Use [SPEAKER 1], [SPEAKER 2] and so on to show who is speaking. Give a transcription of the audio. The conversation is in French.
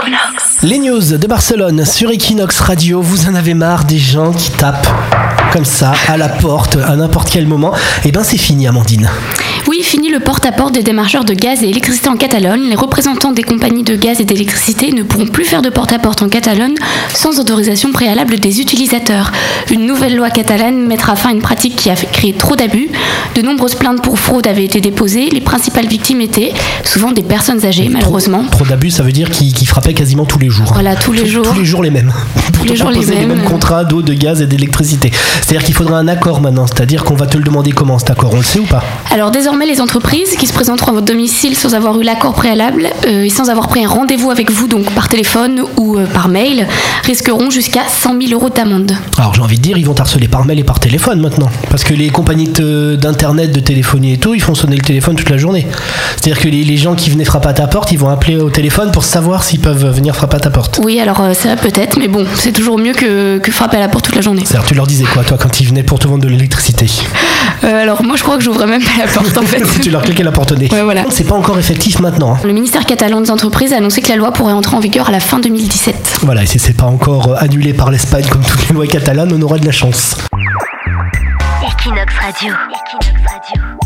[SPEAKER 1] Equinox.
[SPEAKER 2] Les news de Barcelone sur Equinox Radio, vous en avez marre des gens qui tapent comme ça à la porte à n'importe quel moment. Eh ben c'est fini Amandine.
[SPEAKER 1] Oui, fini le porte-à-porte des démarcheurs de gaz et électricité en Catalogne. Les représentants des compagnies de gaz et d'électricité ne pourront plus faire de porte-à-porte en Catalogne sans autorisation préalable des utilisateurs. Une nouvelle loi catalane mettra fin à une pratique qui a fait- créé trop d'abus. De nombreuses plaintes pour fraude avaient été déposées. Les principales victimes étaient souvent des personnes âgées, malheureusement.
[SPEAKER 2] Trop d'abus, ça veut dire qu'ils qu'ils frappaient quasiment tous les jours.
[SPEAKER 1] Voilà, tous les
[SPEAKER 2] Tous-
[SPEAKER 1] jours.
[SPEAKER 2] Tous les jours les mêmes. Pour
[SPEAKER 1] les
[SPEAKER 2] te
[SPEAKER 1] jours les
[SPEAKER 2] proposer les
[SPEAKER 1] mêmes.
[SPEAKER 2] mêmes contrats d'eau, de gaz et d'électricité. C'est-à-dire qu'il faudra un accord maintenant. C'est-à-dire qu'on va te le demander comment cet accord. On le sait ou pas
[SPEAKER 1] Alors désormais, les entreprises qui se présenteront à votre domicile sans avoir eu l'accord préalable euh, et sans avoir pris un rendez-vous avec vous, donc par téléphone ou euh, par mail, risqueront jusqu'à 100 000 euros d'amende.
[SPEAKER 2] Alors j'ai envie de dire, ils vont harceler par mail et par téléphone maintenant. Parce que les compagnies de- d'internet, de téléphonie et tout, ils font sonner le téléphone toute la journée. C'est-à-dire que les, les gens qui venaient frapper à ta porte, ils vont appeler au téléphone pour savoir s'ils peuvent venir frapper à ta porte.
[SPEAKER 1] Oui, alors euh, ça peut-être, mais bon, c'est toujours mieux que, que frapper à la porte toute la journée.
[SPEAKER 2] C'est-à-dire tu leur disais quoi, toi, quand ils venaient pour te vendre de l'électricité
[SPEAKER 1] Euh, alors moi, je crois que j'ouvrais même pas la porte en fait.
[SPEAKER 2] Tu leur cliquais la porte au nez.
[SPEAKER 1] Ouais, voilà.
[SPEAKER 2] C'est pas encore effectif maintenant. hein.
[SPEAKER 1] Le ministère catalan des entreprises a annoncé que la loi pourrait entrer en vigueur à la fin 2017.
[SPEAKER 2] Voilà, et si c'est pas encore euh, annulé par l'Espagne comme toutes les lois catalanes, on aura de la chance.
[SPEAKER 3] Equinox Radio. Equinox Radio.